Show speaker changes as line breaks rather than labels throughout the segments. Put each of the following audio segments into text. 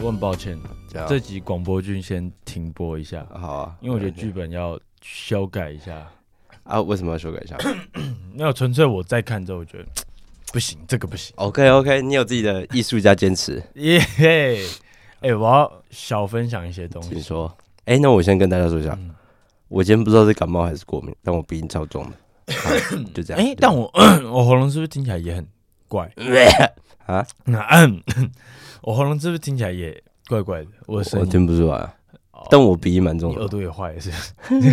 我很抱歉，
这样
这集广播剧先停播一下，
好啊，
因为我觉得
没问题
剧本要修改一下。
啊，为什么要修改 一下
那纯粹我再看之后，我觉得不行，这个不行。
？OK OK，你有自己的艺术家坚持，
耶嘿，哎、我要小分享一些东
请
西。
说。哎、那我先跟大家说一下，
嗯
我今天不知道是感冒还是过敏，但我鼻音超 重的，好就这样。
哎、
就
但我 我喉咙是不是听起来也很怪？
啊，
我喉咙是不是听起来也怪怪的？我的声
我
音，
听不出来啊，
哦
但我鼻音蛮重
你耳
的
朵也坏了是不是？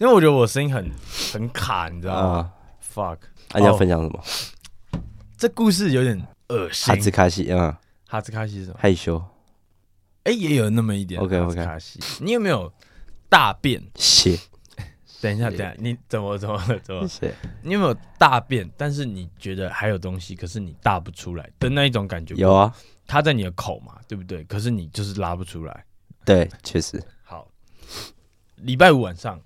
因为我觉得我声音很很卡，你知道吗、
啊。
f u c k
啊，你要
哦
分享什么？
这故事有点恶心
哈。兹卡西啊，
哈兹卡西是什么？
害羞
哎、也有那么一点。
OK，OK
哈兹卡西，你有没有大便？
谢
等一下，
是
等一下，你怎么怎么了？怎么了？
谢。
你有没有大便？但是你觉得还有东西，可是你大不出来的那一种感觉？
有，啊，
它在你的口嘛，对不对？可是你就是拉不出来。
对，确实，
好，礼拜五晚上，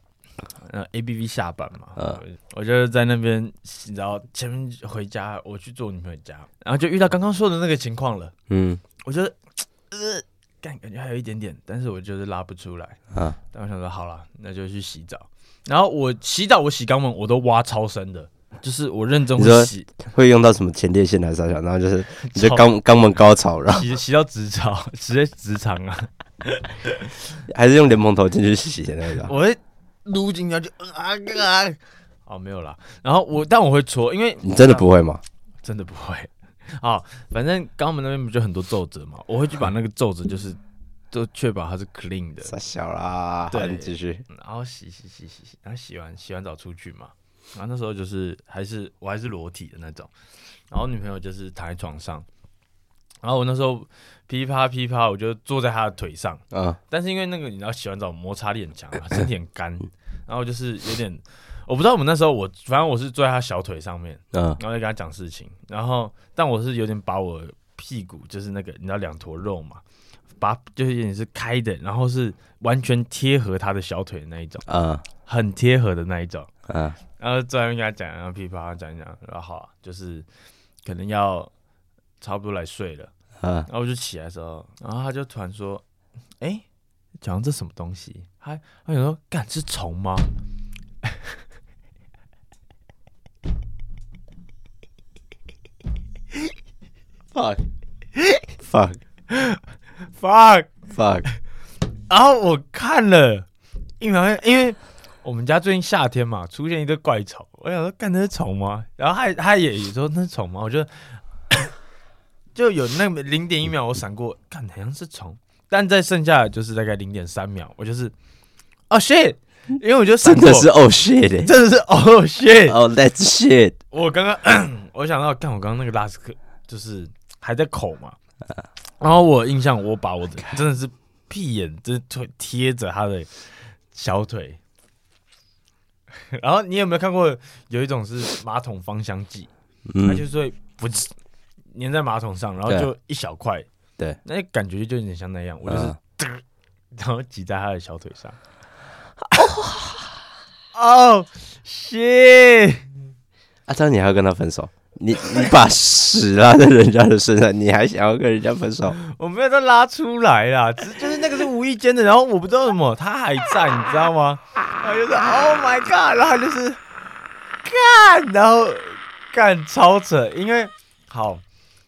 呃，A B V 下班嘛，
嗯
我就是在那边，你知道，前面回家，我去做女朋友家，然后就遇到刚刚说的那个情况了。
嗯
我觉得，呃，感感觉还有一点点，但是我就是拉不出来。
啊，
但我想说，好啦，那就去洗澡。然后我洗澡，我洗肛门，我都挖超深的，就是我认真
你说
会洗，
会用到什么前列腺来杀小，然后就是你就
超
肛肛门高潮，然后
洗洗到直肠，直接直肠啊！
还是用莲蓬头进去洗的那种。
我会撸进去就啊啊！哦，没有啦。然后我，但我会搓，因为
你真的不会吗？
真的不会。啊，反正肛门那边不就很多皱褶嘛，我会去把那个皱褶就是都确保它是 clean 的，
傻小啦，
对
好你继续。
然后洗洗洗洗洗，然后洗完洗完澡出去嘛，然后那时候就是还是我还是裸体的那种，然后女朋友就是躺在床上，然后我那时候噼啪噼啪，我就坐在她的腿上，
啊，
但是因为那个你知道洗完澡摩擦力很强啊，身体很干，然后就是有点，我不知道我们那时候我反正我是坐在她小腿上面，
嗯
然后就跟她讲事情，然后但我是有点把我屁股就是那个你知道两坨肉嘛，把就是有点是开的，然后是完全贴合她的小腿的那一种，
啊
很贴合的那一种，
啊
然后坐在那边跟她讲，然后噼啪讲一讲，然后好、啊、就是可能要差不多来睡了。
啊！
然后我就起来的时候，然后他就突然说：“哎、讲这什么东西？”他他想说：“干是虫吗？”
fuck fuck
fuck！
fuck，
然后我看了一秒，因为我们家最近夏天嘛，出现一堆怪虫，我想说：“干那是虫吗？”然后他也他也也说：“那是虫吗？”我就 就有那么零点一秒，我闪过，干好像是虫，但在剩下的就是大概零点三秒，我就是哦、shit，因为我就闪
真
过
的是 oh shit，
真的是哦、shit，
哦 that shit，
我刚刚 我想到，看我刚刚那个拉斯克，就是还在口嘛，然后我印象我把我 的真的是屁眼真贴贴着他的小腿，然后你有没有看过有一种是马桶芳香剂，它
嗯，
就是会不是粘在马桶上，然后
对
就一小块，
对，
那感觉就有点像那样，我就是、
嗯
然后挤在他的小腿 上，哦，shit。
啊，这样你还要跟他分手？你你把屎拉在人家的身上，你还想要跟人家分手？
我没有再拉出来啦，只是就是那个是无意间的，然后我不知道什么，他还在，你知道吗？然后就是 Oh my God，然后他就是干，然后干超扯，因为好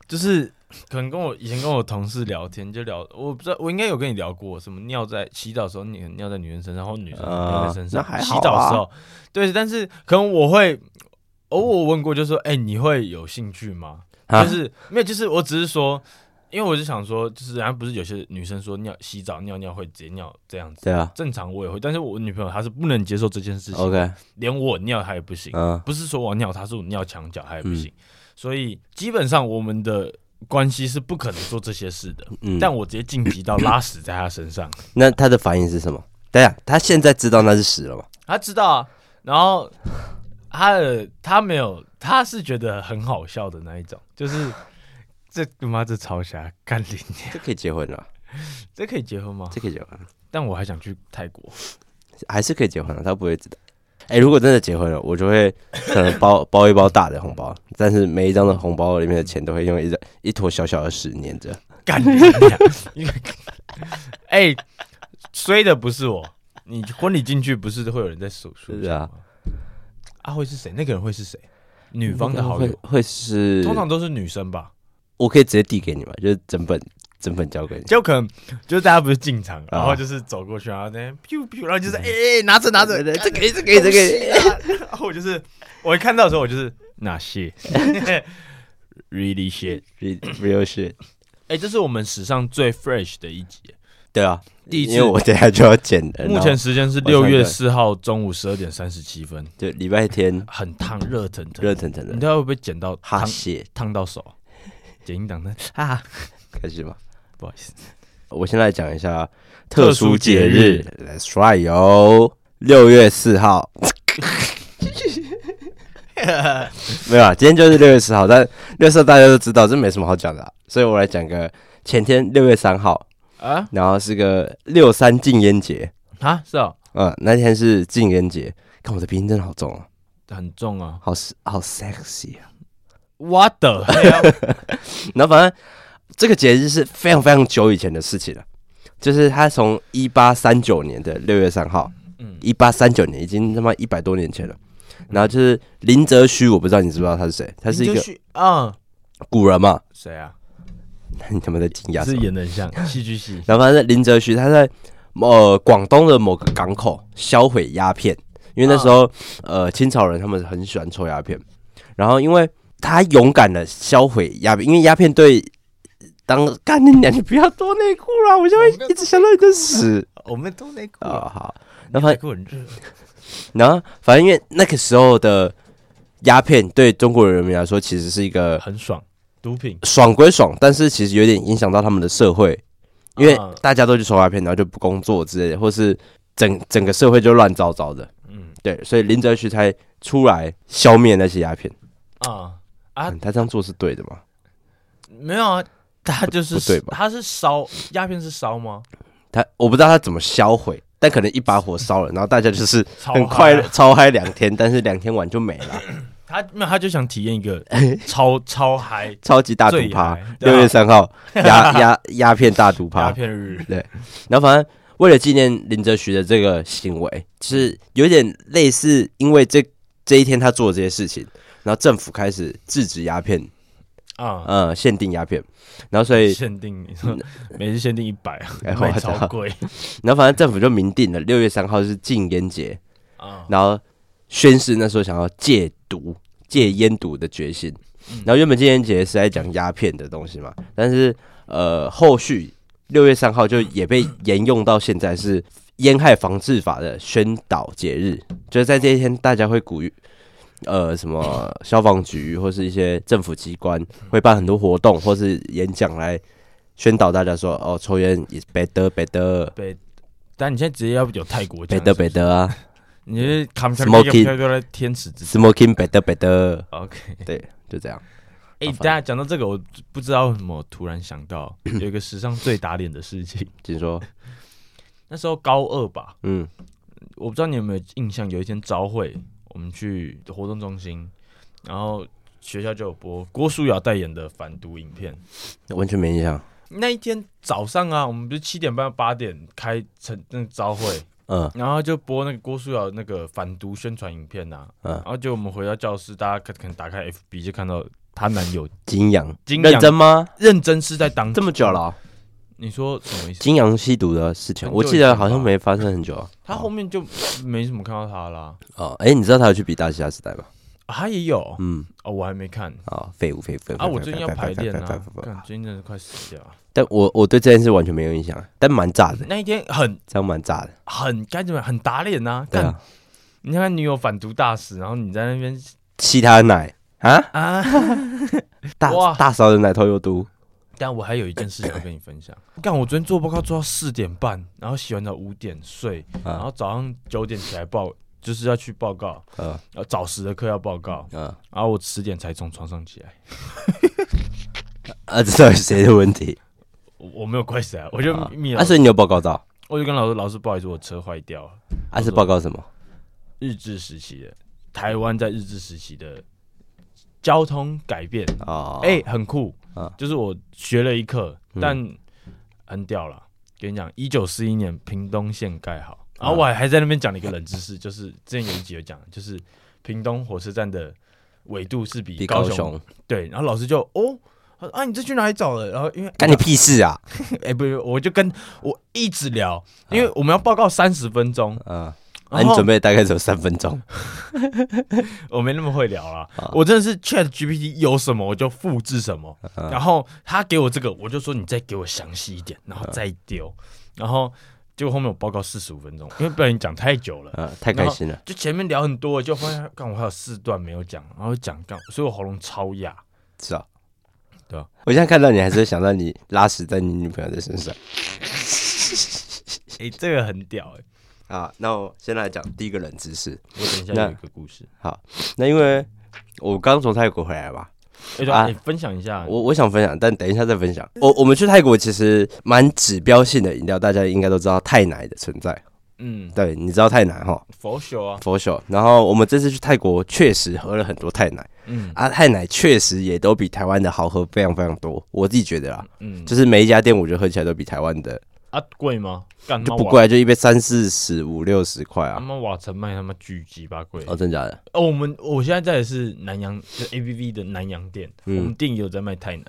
就是可能跟我以前跟我同事聊天就聊，我不知道我应该有跟你聊过什么尿在洗澡的时候你尿在女人身上，或女生尿在身上，
呃那还
洗
好啊
澡的时候对，但是可能我会偶尔问过，就说哎、你会有兴趣吗？
啊
就是没有，就是我只是说，因为我是想说，就是啊然后不是有些女生说尿洗澡尿尿会直接尿这样子，
对啊
正常我也会，但是我女朋友她是不能接受这件事情，
，OK，
连我尿她也不行，
嗯
不是说我尿她，是我尿墙角她也不行，所以基本上我们的关系是不可能做这些事的。
嗯，
但我直接晋级到拉屎在她身上，
那他的反应是什么？对啊，他现在知道那是屎了吗？
她知道啊，然后她的她没有，她是觉得很好笑的那一种，就是这他妈这超瞎干你娘！
这可以结婚了，
这可以结婚吗？
这可以结婚了，
但我还想去泰国。
还是可以结婚了，他不会知道。哎、如果真的结婚了，我就会 可能包包一包大的红包，但是每一张的红包里面的钱都会用一张一坨小小的屎粘着。
干你娘！你个哎，衰的不是我，你婚礼进去不是会有人在数数
是
钱
啊
吗？啊，会是谁？那个人会是谁？女方的好
会
友，
会是，
通常都是女生吧？
我可以直接递给你嘛，就是整本整本交给你。
就可能就是大家不是进场，然后
啊
就是走过去，然后在那边 biu biu，然后就是哎、哎哦拿着拿着，
对对
这
这
个
给这给这给，
然后我就是我一看到的时候，我就是 哪些 really shit。
Re- real shit。
哎、这是我们史上最 fresh 的一集。
对啊，
第一次
因为我等一下就要剪了。
目前时间是
晚上
六月
对
四号中午十二点三十七分，
就礼拜天
很 烫，热腾腾。
热腾腾
你
的
知道会不会剪到
哈
烫
血
烫到手？剪音档呢？
啊，开始吧。
不好意思，
我先来讲一下
特
特
殊
殊
节
节
日
日，That's right 哟，六月四号。没有啊，今天就是六月四号，但六月四号大家都知道，这没什么好讲的啊、所以我来讲个前天六月三号，
啊
然后是个六三禁烟节，
啊，是哦，
嗯，那天是禁烟节，看我的鼻音真的好重啊，
很重啊。
好 s- 好 sexy 啊。
What the？
然后反正这个节日是非常非常久以前的事情了，就是他从一八三九年的六月三号，
嗯，
一八三九年已经他妈一百多年前了。然后就是林则徐，我不知道你知不知道他是谁，他是一
林
个
则徐嗯，
古人嘛。
谁啊？
你他妈在惊讶什
是
么？
演的很像戏剧 系。
然后反正林则徐他在呃广东的某个港口销毁鸦片，因为那时候、呃清朝人他们很喜欢抽鸦片，然后因为他勇敢的销毁鸦片，因为鸦片对当干你娘，你不要脱内裤啦，我就会一直想到你的屎
我们都内裤
啊、
啊，
好，
那
然后
内
反
裤很热。
然后反正因为那个时候的鸦片对中国人民来说其实是一个
很爽，毒品
爽归爽，但是其实有点影响到他们的社会，因为
嗯
大家都去抽鸦片，然后就不工作之类的，或是整整个社会就乱糟糟的。
嗯
对，所以林则徐才出来消灭那些鸦片。
啊啊
嗯，他这样做是对的吗？
没有啊，他就是
不对吧
他是烧鸦片是烧吗？
他我不知道他怎么销毁，但可能一把火烧了，然后大家就是
超
很
嗨
快
啊
乐超嗨两天，但是两天完就没了，
他没有，他就想体验一 个超超嗨
超级大毒
最
趴
嗨，对啊啊
六月三号鸦鸦鸦片大毒
鸦
趴。
片日，
然后反正为了纪念林则徐的这个行为，就是有点类似，因为这这一天他做的这些事情，然后政府开始制止鸦片，
啊。
呃，限定鸦片，然后所以，
限定你说每日限定一百，
嗯
啊
哎
卖
我
超
操
贵
然后反正政府就明定了六月三号是禁烟节，
啊！
然后宣誓那时候想要戒毒、戒烟毒的决心。然后原本禁烟节是在讲鸦片的东西嘛，但是呃，后续六月三号就也被沿用到现在是烟害防治法的宣导节日，就是在这一天大家会鼓励。呃，什么消防局或是一些政府机关会办很多活动或是演讲来宣导大家说，哦，抽烟 is better better
北，但你现在直接要有泰国腔
better
是不是
better 啊
你是 c o m e
Smoking
飘飘在天使之子。
，smoking better better，
OK，
对，就这样。
哎，
好
大家讲到这个，我不知道为什么突然想 到有一个史上最打脸的事情。
请说，
那时候高二吧，
嗯，
我不知道你有没有印象，有一天朝会，我们去活动中心，然后学校就有播郭书瑶代言的反毒影片。
完全没印象。
那一天早上啊，我们不是七点半八点开成那个朝会，
嗯
然后就播那个郭书瑶那个反毒宣传影片呐、
嗯
然后就我们回到教室，大家可可能打开 FB 就看到她男友
金阳，
金阳
认真吗？
认真是在当
这么久了、哦，
你说什么意思？
金阳吸毒的事情，
很久
我记得好像没发生很久啊。
他后面就没什么看到他啦，
哦，哎、你知道他有去比大西亚时代吗？
啊他也有啊、
嗯，
哦，我还没看
啊，废物，废物，废物。
啊，我最近要
废物
排练
废
啊
物废物废，物废物
干最近真的是快死掉了。
但我我对这件事完全没有印象，但蛮炸的，
那一天很
这样蛮炸的。
很该怎么样很打脸呐、
对
干
啊，
你看看女友反毒大使，然后你在那边
吸他的奶啊，
啊。
大
哇
大嫂的奶头有毒。
但我还有一件事情要跟你分享。干，我昨天做报告做到四点半，然后洗完澡五点睡，然后
啊
早上九点起来报，就是要去报告，
呃
要早十的课要报告，
呃
然后我十点才从床上起来。
啊，这到底谁的问题？
我我没有怪谁啊， 我就
啊
密老
啊，所以你有报告到？
我就跟老师老师不好意思，我车坏掉了。
啊，是报告什么？
日治时期的台湾在日治时期的交通改变，
哦，
哎、很酷
啊
就是我学了一课，
嗯
但很屌了。跟你讲，一九四一年屏东县盖好，
嗯
然后我还还在那边讲了一个冷知识，就是之前有一集有讲，就是屏东火车站的纬度是比
比
高
高
雄
雄
对，然后老师就哦。啊！你这去哪里找的？然后因为
干你屁事啊！
哎、不不，我就跟我一直聊，因为我们要报告三十分钟，
嗯，那
然
你
后
准备大概只有三分 钟，
我没那么会聊啦，
啊
我真的是 Chat GPT 有什么我就复制什么，
啊
然后他给我这个，我就说你再给我详细一点，然后再丢，然后结果后面我报告四十五分钟，因为不然你讲太久了，
嗯，太开心了。
就前面聊很多，就发现干我还有四段没有讲，然后讲干，所以我喉咙超哑，
是啊，
对啊。
我现在看到你，还是会想到你拉屎在你女朋友的身上
哎、这个很屌哎、
啊。那我先来讲第一个冷知识。
我等一下
那
有一个故事，
那因为我刚从泰国回来吧，
哎、对、
啊
啊，你分享一下，
我我想分享，但等一下再分享。我我们去泰国其实蛮指标性的饮料，大家应该都知道泰奶的存在。
嗯，
对，你知道泰奶哈，
佛修啊，
佛手。然后我们这次去泰国确实喝了很多泰奶
嗯
啊，泰奶确实也都比台湾的好喝非常非常多。我自己觉得啦，
嗯，
就是每一家店我觉得喝起来都比台湾的
啊贵吗？干
就不，贵啊，就一杯三四十五六十块
他
啊。
妈瓦城卖他妈巨鸡巴贵，
哦，真假的？
哦，我们我现在在的是南洋，就是 A P V 的南洋店，
嗯
我们店也有在卖泰奶，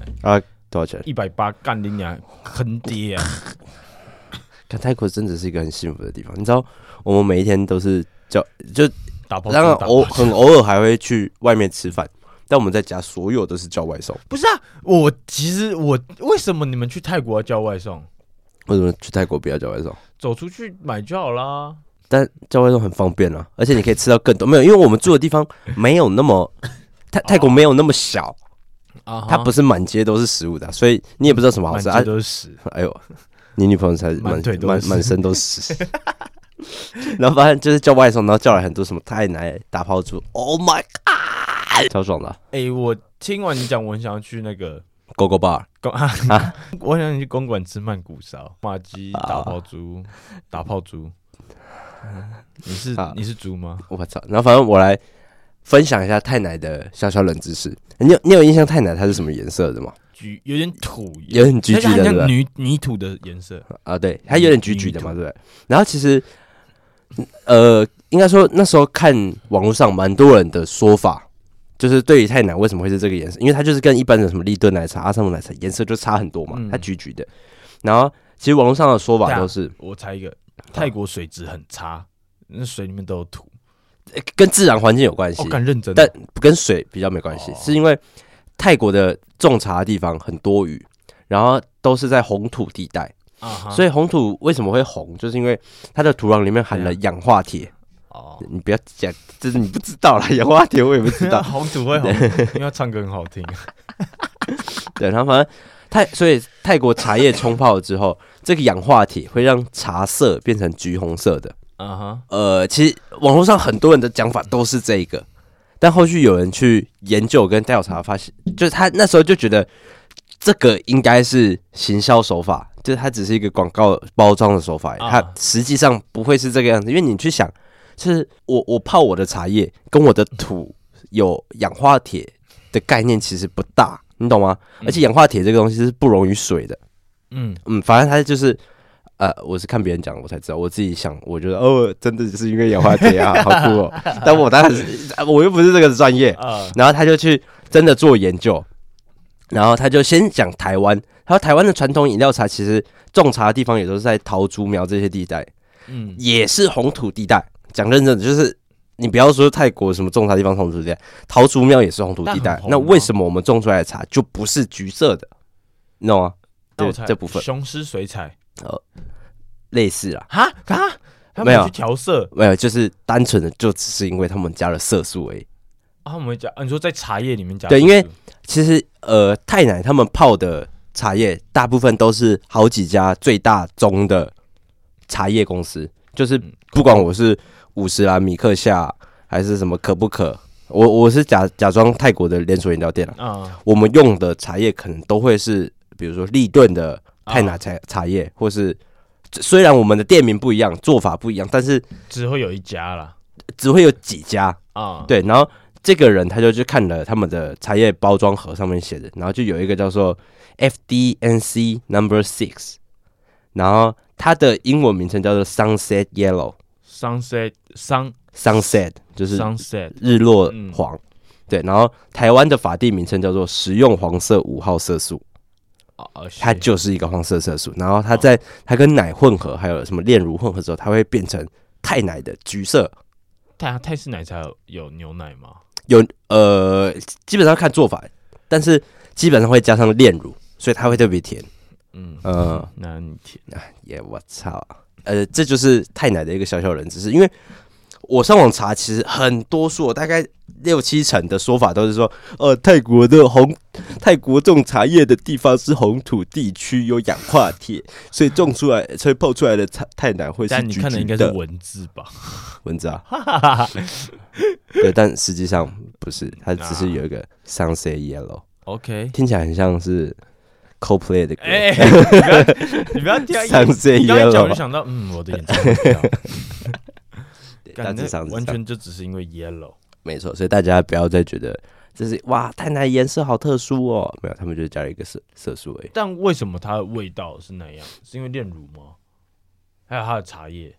多少钱？
一百八干你娘，坑爹 啊！
看泰国真的是一个很幸福的地方。你知道，我们每一天都是叫就，
打包
当然
打包
偶很偶尔还会去外面吃饭，但我们在家所有都是叫外送。
不是啊，我其实我为什么你们去泰国要叫外送？
为什么去泰国不要叫外送？
走出去买就好啦。
但叫外送很方便啊，而且你可以吃到更多。没有，因为我们住的地方没有那么 泰泰国没有那么小，
啊哈，
它不是满街都是食物的啊，所以你也不知道什么好
满
吃啊
街。都是屎，
哎呦，你女朋友才满
满腿都
满
是
满身都是 屎。然后发现就是叫外送，然后叫来很多什么泰奶打泡猪，Oh my god，超爽的啊
哎、我听完你讲，我很想要去那个
，Go Go Bar
公啊，我很想去公馆吃曼谷烧、马鸡、
啊
打泡猪、打泡猪。你是
啊
你是猪吗？
我操！然后反正我来分享一下泰奶的小小冷知识。你有你有印象泰奶它是什么颜色的吗？
橘有点土颜，
有点橘橘
但是它
的，对不
像
对？
泥泥土的颜色。
啊，
嗯
对，它有点橘橘的嘛，
泥
对不对？然后其实，呃，应该说那时候看网络上蛮多人的说法，就是对于泰奶为什么会是这个颜色，因为它就是跟一般的什么利顿奶茶、阿萨姆奶茶颜色就差很多嘛，
嗯
它橘橘的。然后其实网络上的说
对
法
啊
都是、
我猜一个，泰国水质很差，那水里面都有土。
呃跟自然环境有关系
哦，，敢认真
但
的，
跟水比较没关系，
哦
是因为泰国的种茶的地方很多雨，然后都是在红土地带，
啊哈
所以红土为什么会红，就是因为它的土壤里面含了
对啊
氧化铁。
哦，
你不要讲，这是你不知道啦，氧化铁我也不 知道。
红土会红， 因为它唱歌很好听。
对，然后反正泰，所以泰国茶叶冲泡了之后，这个氧化铁会让茶色变成橘红色的。
啊哈，
呃，其实网络上很多人的讲法都是这个，但后续有人去研究跟调查，发现就是他那时候就觉得这个应该是行销手法，就是它只是一个广告包装的手法，
啊
它实际上不会是这个样子。因为你去想，就是我我泡我的茶叶跟我的土有氧化铁的概念其实不大，你懂吗？而且氧化铁这个东西是不溶于水的。
嗯，
嗯，反正他就是，呃，我是看别人讲我才知道，我自己想，我觉得哦，真的就是因为氧化铁啊，好酷哦。但我当然是，呃我又不是这个专业。
啊，
然后他就去真的做研究，然后他就先讲台湾，他说台湾的传统饮料茶其实种茶的地方也都是在桃竹苗这些地带，
嗯，
也是红土地带。讲认真的，就是你不要说泰国什么种茶地方是红土地带，桃竹苗也是红土地
但
带
很。红
那
啊
为什么我们种出来的茶就不是橘色的？你懂吗？
那
这
我猜
这部分
雄狮水彩，
类似啦。
哈哈，他
没
们
有
去调色，
没有，就是单纯的就只是因为他们加了色素而已。
啊，他们会加，啊你说在茶叶里面加色素，
对因为其实呃，太奶他们泡的茶叶大部分都是好几家最大宗的茶叶公司，就是不管我是五十啊、米克夏还是什么可不可，我我是假假装泰国的连锁饮料店了、
啊，
我们用的茶叶可能都会是比如说利顿的太奶茶茶叶，或是虽然我们的店名不一样，做法不一样，但是
只会有一家啦，
只会有几家。
啊，
对，然后这个人他就去看了他们的茶叶包装盒上面写的，然后就有一个叫做 FDNC Number Six，然后它的英文名称叫做 Sunset Yellow。
sunset sun
Sunset 就是
sunset
日落黄，对，然后台湾的法定名称叫做食用黄色五号色素，
啊，
它就是一个黄色色素，然后它在它跟奶混合，还有什么炼乳混合之后，它会变成泰奶的橘色，
泰泰式奶茶有有牛奶吗？
有呃，基本上看做法，但是基本上会加上炼乳，所以它会特别甜，
嗯，
嗯。
那你甜
耶，我操！呃，这就是太奶的一个小小人知识，因为我上网查，其实很多数，大概六七成的说法都是说，呃，泰国的红，泰国种茶叶的地方是红土地区，有氧化铁，所以种出来，所以泡出来的茶太奶会是
但你
橘
看的
橘
应该是
的
文字吧？
蚊子啊。对，但实际上不是，它只是有一
啊
个 sunset yellow，
OK，
听起来很像是 Coldplay 的歌。
哎、你不要 你不要挑一，
sunset
你刚一讲我就
yellow，
想到，嗯，我的眼睛会掉，
对大
感
致 上
觉
是这
完
样
全就只是因为 yellow。
没错，所以大家不要再觉得这是哇，太奶颜色好特殊哦。没有，他们就是加了一个色色素而已。
但为什么它的味道是那样？是因为炼乳吗？还有它的茶叶？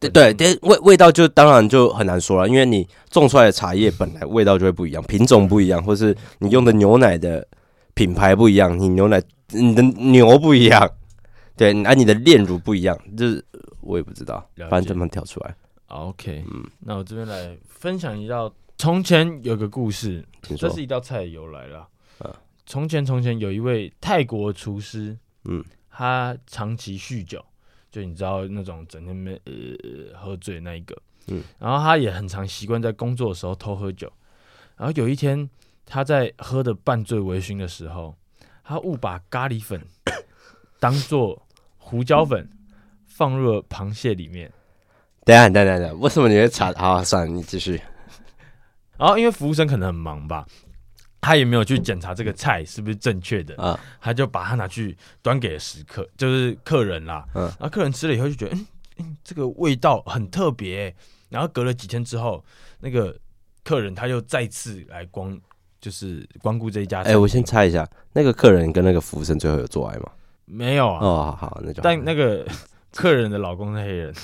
对对，
嗯
但味味道就当然就很难说了，因为你种出来的茶叶本来味道就会不一样，品种不一样，或是你用的牛奶的品牌不一样，你牛奶你的牛不一样， 对，那、你的炼乳不一样，就是我也不知道
了解，
反正他们挑出来，
OK，、那我这边来分享一道，从前有个故事，
请
这
说
是。一道菜的由来啦。
啊
从前从前有一位泰国厨师，
嗯，
他长期酗酒，就你知道那种整天没呃喝醉那一个，
嗯，
然后他也很常习惯在工作的时候偷喝酒，然后有一天他在喝的半醉微醺的时候，他误把咖喱粉当做胡椒粉放入了螃蟹里面。
等一下，等一下，等一下，为什么你会 查？好，算了，你继续。
然后因为服务生可能很忙吧，他也没有去检查这个
嗯
菜是不是正确的，
啊
他就把它拿去端给了食客，就是客人啦。
嗯
然后客人吃了以后就觉得，嗯嗯，这个味道很特别欸、然后隔了几天之后，那个客人他又再次来光，就是光顾这一家
哎、
餐厅。
我先猜一下，那个客人跟那个服务生最后有做爱吗？
没有啊，
哦，好好，那就好
但那个客人的老公是黑人。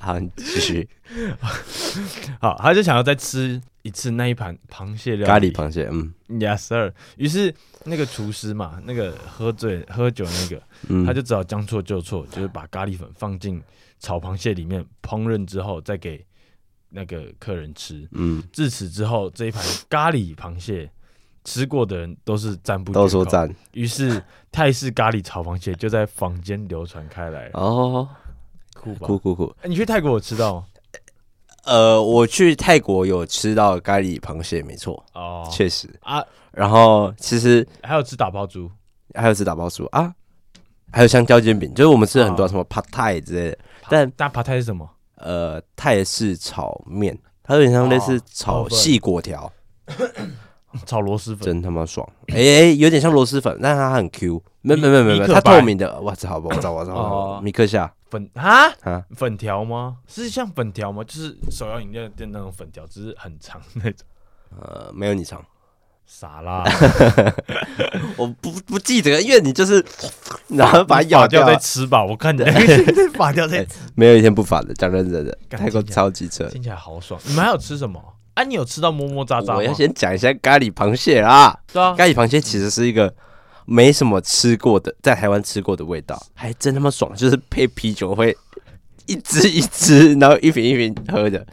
好，你继 续
好，他就想要再吃一次那一盘螃蟹料理
咖喱螃蟹，嗯
Yes sir。于是那个厨师嘛，那个喝醉喝酒那个，
嗯，
他就只好将错就错，就是把咖喱粉放进炒螃蟹里面烹饪之后，再给那个客人吃。
嗯，
自此之后，这一盘咖喱螃蟹吃过的人都是赞不绝口
都说。赞
于是泰式咖喱炒螃蟹就在坊间流传开来，
哦，
酷吧
酷？酷酷。
哎你去泰国有吃到吗
呃，我去泰国有吃到咖喱螃蟹，没错，
哦
确实。
啊，
然后其实
还有吃打抛猪，
还有吃打包薯啊，还有香蕉煎饼，就是我们吃了
啊
很多什么 p a t a i 之类的，但
大扒泰是什么？
呃，泰式炒面，它有点像类似
哦
炒
炒粉
细果条，
炒螺蛳啊粉。
真他妈爽！哎哎，有点像螺蛳粉，但它很 Q，没没没没
米
没，
克
它
白
透明的，我操，我操，我操我
哦
操，米克夏
粉啊
啊，
粉条吗？是像粉条吗？就是手摇饮料店那种粉条，只是很长那种。
呃，没有你长。
傻啦，
我不不记得，因为你就是然后把它
发
咬
掉
掉
再
啊，
吃吧。我看着 发掉再
哎呃
吃，
没有一天不反的。讲认真的，
干
泰国
听起来
超级扯。
听起来好爽。你们还有吃什么？啊，你有吃到么么喳喳吗？
我要先讲一下咖喱螃蟹啦，
对啊，
咖喱螃蟹其实是一个没什么吃过的，在台湾吃过的味道，还真他妈爽，就是配啤酒会一只一只，然后一瓶一瓶喝的，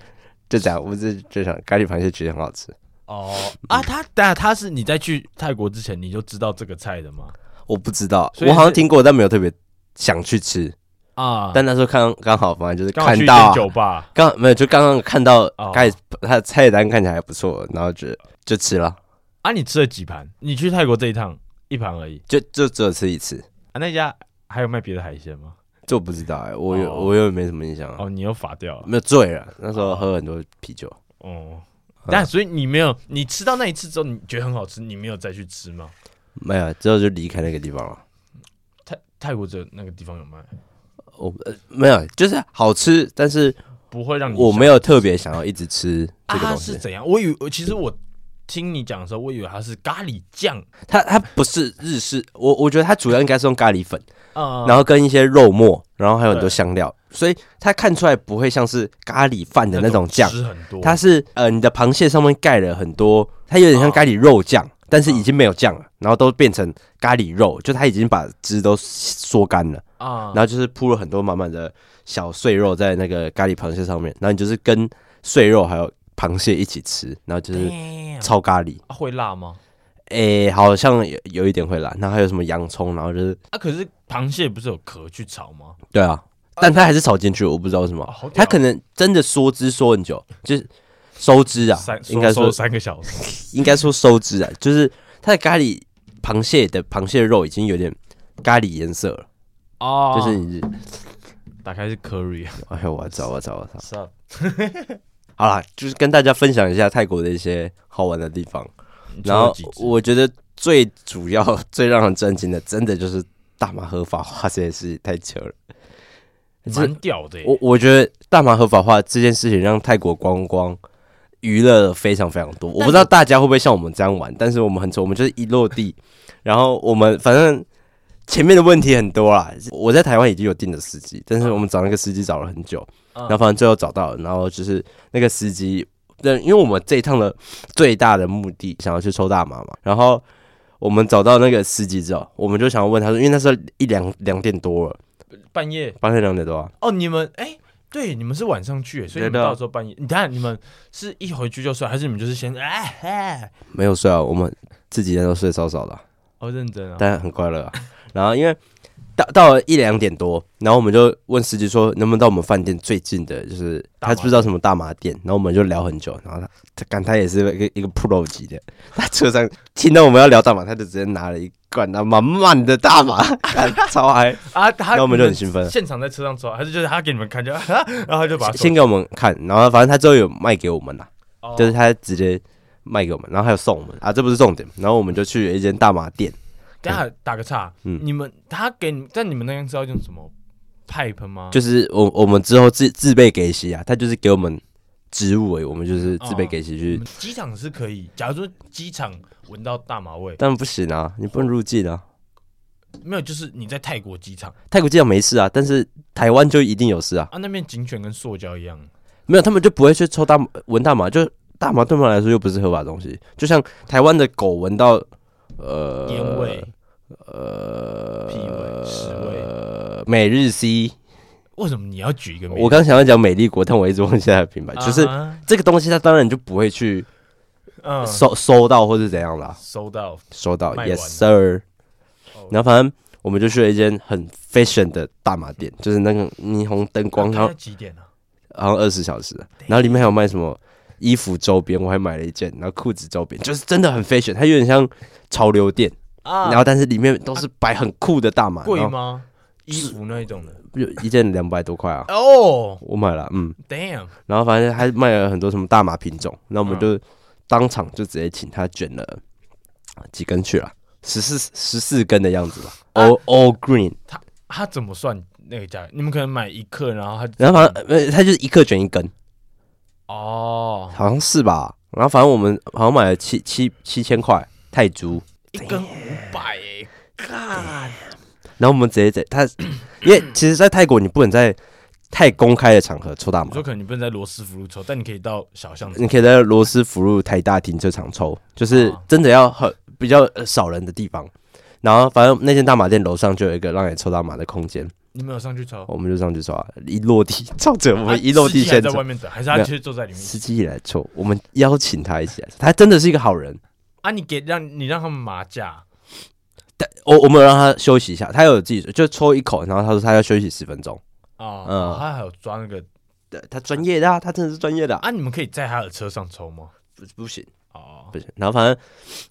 就这样。我这就想咖喱螃蟹其实很好吃，
哦啊，他但他是你在去泰国之前你就知道这个菜的吗？
我不知道，
所以
我好像
是
听过，但没有特别想去吃。
啊，
但那时候刚刚好，反正就是
刚好去一
看到啊
间酒吧，
刚没有，就刚刚看到
哦
盖它的菜单看起来还不错，然后就就吃了，
啊，你吃了几盘？你去泰国这一趟一盘而已
就就只有吃一次。
啊，那家还有卖别的海鲜吗？
这我不知道哎、我有、
哦
我有没什么印象啊，
哦，你又罚掉了，
没有醉了，那时候喝很多啤酒，嗯
哦。但所以你没有，你吃到那一次之后，你觉得很好吃，你没有再去吃吗？
没有之后就离开那个地方了。
泰泰国这那个地方有卖
我、呃、没有，就是好吃，但是
不会让你
我
想
没有特别想要一直吃这
啊
个
它
东
是
西。
怎样？我以为其实我听你讲的时候，我以为它是咖喱酱
它它不是日式，我我觉得它主要应该是用咖喱粉，
啊，
然后跟一些肉末，然后还有很多
对
香料，所以它看出来不会像是咖喱饭的那种酱，
汁很多，
它是呃你的螃蟹上面盖了很多，它有点像咖喱肉酱，但是已经没有酱了，然后都变成咖喱肉，就它已经把汁都缩干了。
啊
然，后就是铺了很多满满的小碎肉在那个咖喱螃蟹上面，然后你就是跟碎肉还有螃蟹一起吃，然后就是
炒
炒咖喱，
会辣吗？
诶、好像有有一点会辣，然后还有什么洋葱，然后就是
啊，可是螃蟹不是有壳去炒吗？
对啊，
呃
但它还是炒进去，我不知道为什么
啊好屌，
哦它可能真的缩汁缩很久，就是收汁啊
三，
应该
说
说
三个小 时，
应该说收汁啊， 就是它的咖喱螃蟹的螃蟹肉已经有点咖喱颜色了，
哦，
就是你
打开是 curry，啊
哎呦我操我操我操！
是 啊
好啦，就是跟大家分享一下泰国的一些好玩的地方。然后我觉得最主要、 最让人震惊的，真的就是大麻合法化这件事情太扯了。
蛮屌的耶，
我我觉得大麻合法化这件事情让泰国观光娱乐非常非常多。我不知道大家会不会像我们这样玩，但是我们很丑，我们就是一落地，然后我们反正前面的问题很多啦。我在台湾已经有订的司机，但是我们找那个司机找了很久，
嗯
然后反正最后找到了，然后就是那个司机，对，因为我们这一趟的最大的目的想要去抽大麻嘛，然后。我们找到那个司机之后，我们就想要问他说，因为那时候一两两点多了，
半夜
半夜两点多啊，
哦，你们哎、对，你们是晚上去耶，所以你们
对的
到时候半夜，你看你们是一回去就睡，还是你们就是先哎哎，
没有睡啊，我们自己人都睡少少的啊、
哦认真啊，
但很快乐、啊。然后因为到到了一两点多，然后我们就问司机说能不能到我们饭店最近的，就是
大
他
麻
不知道什么大麻店，然后我们就聊很久。然后他他感他也是一个一个 pro 级的，他车上听到我们要聊大麻，他就直接拿了一罐那满满的大麻，干超嗨。
啊 他
那我们就很
你
兴奋了
现场在车上抽，还是就是他给你们看就， 啊然后他就把它
先给我们看，然后反正他最后有卖给我们啦、
哦
就是他直接卖给我们，然后还有送我们啊，这不是重点。然后我们就去了一间大麻店，
等一下打个岔，
嗯
你们他给你们，但你们那边是要用什么 pipe 吗？
就是我我们之后自自备给息啊，他就是给我们植物而已，我们就是自备给息
你
去，
们机场是可以，假如说机场闻到大麻味，
但不行啊，你不能入境啊。
没有，就是你在泰国机场
泰国机场没事啊，但是台湾就一定有事啊。
啊，那边警犬跟塑胶一样，
没有，他们就不会去抽大麻闻大麻，就大麻对他们来说又不是合法的东西。就像台湾的狗闻到呃
烟味、
呃
屁味、屎味，
呃每日 C，
为什么你要举一个名字？
我刚想要讲美丽国，但我一直忘记它的品牌，
啊
就是
哈
这个东西，它当然就不会去
嗯
收收到或是怎样啦、
收到
收到
卖完了
，Yes sir
哦。
然后反正我们就去了一间很 fashion 的大马店，
嗯
就是那个霓虹灯光，然
他
后
几点啊？
好像二十小时，然后里面还有卖什么衣服周边，我还买了一件，然后裤子周边，就是真的很 fashion，它有点像潮流店，
啊
然后但是里面都是摆很酷的大码，
贵
然后
吗？衣服那一种的。
有一件两百多块啊，
哦、
我买了，嗯，
d a m n
然后反正还卖了很多什么大麻品种，那我们
嗯
就当场就直接请他卷了几根去了，十四十四根的样子吧，all
啊
all green。
他怎么算那个价格？你们可能买一克，然后他
然后反正呃，他就是一克卷一根，
哦，
好像是吧？然后反正我们好像买了七七七千块泰铢，
一根五百哎，干
然后我们直接在他，因为其实，在泰国你不能在太公开的场合抽大
你
麻
说，可能你不能在罗斯福路抽，但你可以到小巷子
你可以在罗斯福路台大停车场抽，就是真的要很比较呃少人的地方。然后反正那间大麻店楼上就有一个让你抽大麻的空间，
你没有上去抽。
我们就上去抽啊，一落地， 照着我
我
们一落地先
在外
抽。
面等，还是他其实坐在里面
司机也来抽，我们邀请他一起来抽，他真的是一个好人。
啊？你给让你让他们麻将
我我们有让他休息一下，他有自己就抽一口，然后他说他要休息十分钟。
哦，
嗯
哦他还有装那个
对，他专业的、啊，他真的是专业的、啊，
啊？你们可以在他的车上抽吗？
不不行
哦
不行。然后反正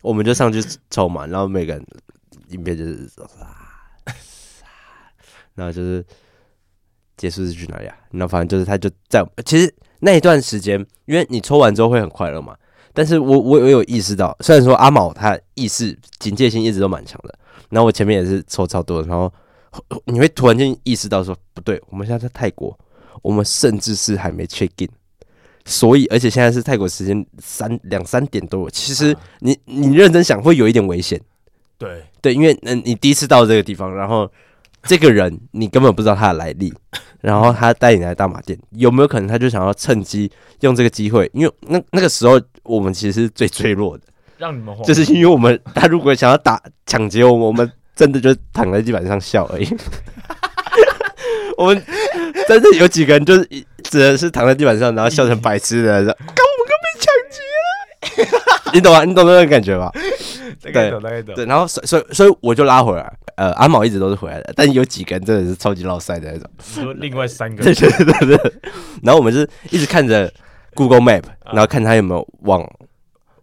我们就上去抽嘛，然后每个人影片就是， 然后就是结束是去哪里啊？然后反正就是他就在，其实那一段时间，因为你抽完之后会很快乐嘛。但是我我我有意识到，虽然说阿毛他意识警戒心一直都蛮强的，然后我前面也是抽超多的，然后你会突然间意识到说不对，我们现在在泰国，我们甚至是还没 check in。所以，而且现在是泰国时间三两三点多，其实你你认真想会有一点危险，
对，
对，因为嗯你第一次到这个地方，然后这个人你根本不知道他的来历，然后他带你来大马店，有没有可能他就想要趁机用这个机会？因为那那个时候我们其实是最脆弱的，
让你们慌
就是因为我们他如果想要打抢劫我们，我们真的就躺在地板上笑而已。 我们真的有几个人就是一只能是躺在地板上，然后笑成白痴的，说：“刚我们刚被抢劫了。”啊 你懂吗？你懂那种感觉吧？
大概懂，大概懂。
对，然后所以所以所以我就拉回来，呃，阿毛一直都是回来的，但有几个人真的是超级落塞的那种，
你说另外三个
对对对对。然后我们是一直看着 Google Map，然后看他有没有往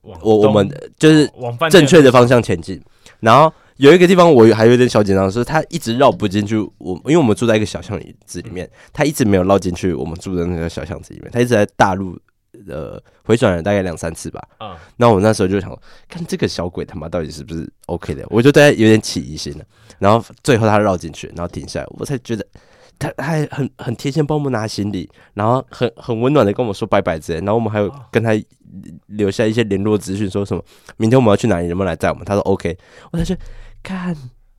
往
我我们
东
就是
往饭店
正确的方向前进。然后有一个地方我还有点小紧张，是他一直绕不进去我，因为我们住在一个小巷子里
嗯
面，他一直没有绕进去我们住的那个小巷子里面，他一直在大路呃回转了大概两三次吧。
啊，
那我那时候就想说，看这个小鬼他妈到底是不是 OK 的？我就大概有点起疑心了。然后最后他绕进去，然后停下来，我才觉得他他还很很贴心帮我们拿行李，然后很很温暖的跟我们说拜拜之类。然后我们还有跟他留下一些联络资讯，说什么明天我们要去哪里，能不能来载我们？他说 OK，我才觉得看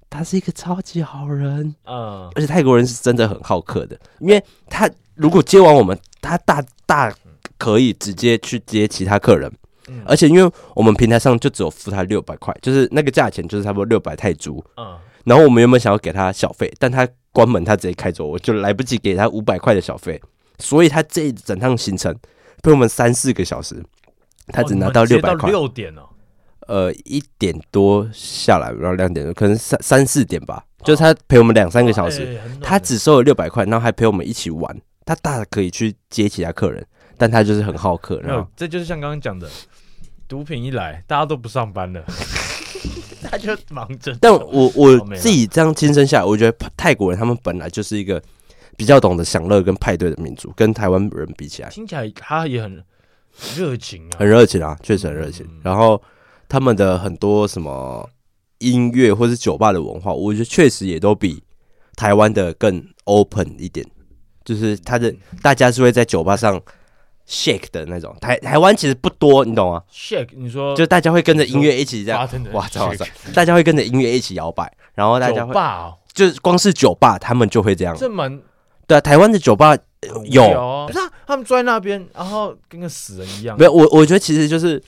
他是一个超级好人。
嗯，
而且泰国人是真的很好客的，因为他如果接完我们，他大大可以直接去接其他客人，
嗯
而且因为我们平台上就只有付他六百块，就是那个价钱就是差不多六百泰铢，
嗯，
然后我们原本想要给他小费，但他关门他直接开走，我就来不及给他五百块的小费，所以他这一整趟行程陪我们三四个小时，他只拿到
哦你们直接
六百
到
块，
六点哦，
呃一点多下来，然后两点多，可能三三四点吧，就是他陪我们两三个小时。
哦哎，很暖
他只收了六百块，然后还陪我们一起玩。他大可以去接其他客人，但他就是很好客，
没
然后
有，这就是像刚刚讲的，毒品一来，大家都不上班了，他就忙着。
但我
好美
我
啊
自己这样亲身下来，我觉得泰国人他们本来就是一个比较懂得享乐跟派对的民族，跟台湾人比起来，
听起来他也很热情啊，
很热情啊，确实很热情
嗯。
然后他们的很多什么音乐或是酒吧的文化，我觉得确实也都比台湾的更 open 一点，就是他
嗯
的大家是会在酒吧上 shake 的那种。台台湾其实不多，你懂吗？
shake，你说
就大家会跟着音乐一起这
发
样，
生的
哇操哇操
shake，
大家会跟着音乐一起摇摆，然后大家
酒
会
吧哦，
就是光是酒吧他们就会这样，
这蛮
对啊，台湾的酒
嗯
吧呃
无聊
有
啊，不是啊他们坐在那边，然后跟个死人一样
没。有？我我觉得其实就是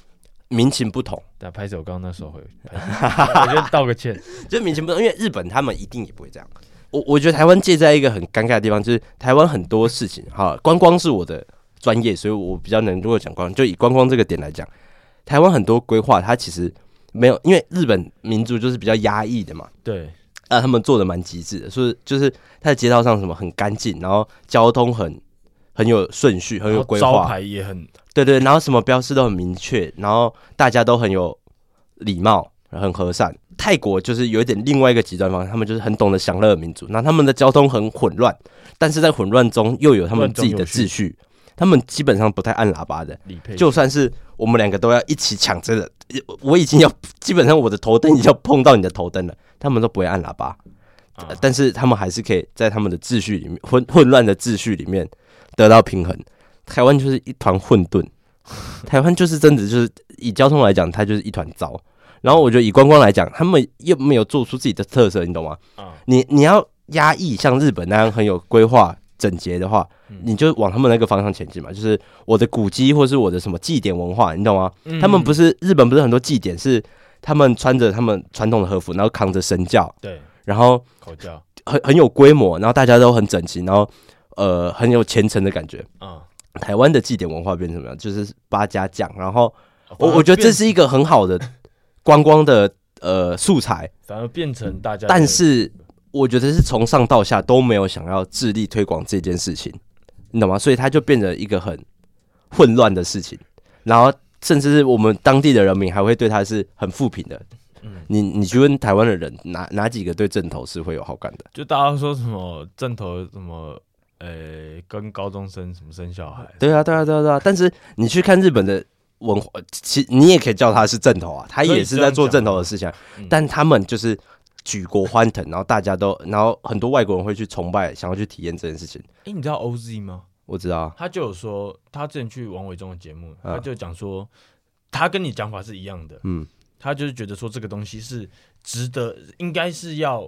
民情不同，
打拍手，我刚刚那时候会，拍手我先道个歉。
就是民情不同，因为日本他们一定也不会这样。我我觉得台湾介在一个很尴尬的地方，就是台湾很多事情哈，观光是我的专业，所以我比较能如果讲观光，就以观光这个点来讲，台湾很多规划它其实没有，因为日本民族就是比较压抑的嘛，
对，
啊，他们做的蛮极致的，所以就是它的街道上什么很干净，然后交通很很有顺序，很
然
有
后
规
招
划，
牌也很
对对，然后什么标识都很明确，然后大家都很有礼貌，很和善。泰国就是有一点另外一个极端方，他们就是很懂得享乐的民族，那他们的交通很混乱，但是在混乱中又有他们自己的秩序，他们基本上不太按喇叭的，
理配，
就算是我们两个都要一起抢这个，我已经要基本上我的头灯已经要碰到你的头灯了，他们都不会按喇叭。
啊
呃但是他们还是可以在他们的秩序里面混混乱的秩序里面得到平衡。台湾就是一团混 沌，台湾就是真的就是以交通来讲，它就是一团糟。然后我觉得以观光来讲，他们又没有做出自己的特色，你懂吗？
啊，
你你要压抑像日本那样很有规划、整洁的话
嗯，
你就往他们那个方向前进嘛。就是我的古迹或是我的什么祭典文化，你懂吗？他们不
是
是日本不是很多祭典是他们穿着他们传统的和服，然后扛着神教，
对
然后
口罩
很很有规模，然后大家都很整齐，然后呃很有虔诚的感觉。
啊。
台湾的祭典文化变成什么样？就是八家将，然后
反而
我我觉得这
变
是一个很好的呃观光的呃素材，
反而变成大家的，
但是我觉得是从上到下都没有想要致力推广这件事情，你懂吗？所以它就变成一个很混乱的事情，然后甚至是我们当地的人民还会对它是很负评的。
嗯
你你去问台湾的人，哪哪几个对正头是会有好感的？
就大家说什么正头什么，呃，跟高中生什么生小孩，
对啊，对啊，对啊，对啊。但是你去看日本的文化，其你也可以叫他是正头啊，他也是在做正头的事情啊，
所以这样讲嗯
但他们就是举国欢腾，然后大家都，然后很多外国人会去崇拜，想要去体验这件事情。
哎、你知道 OZ 吗？
我知道啊，
他就有说，他之前去王伟忠的节目，他就讲说，他跟你讲法是一样的，
嗯，
他就是觉得说这个东西是值得，应该是要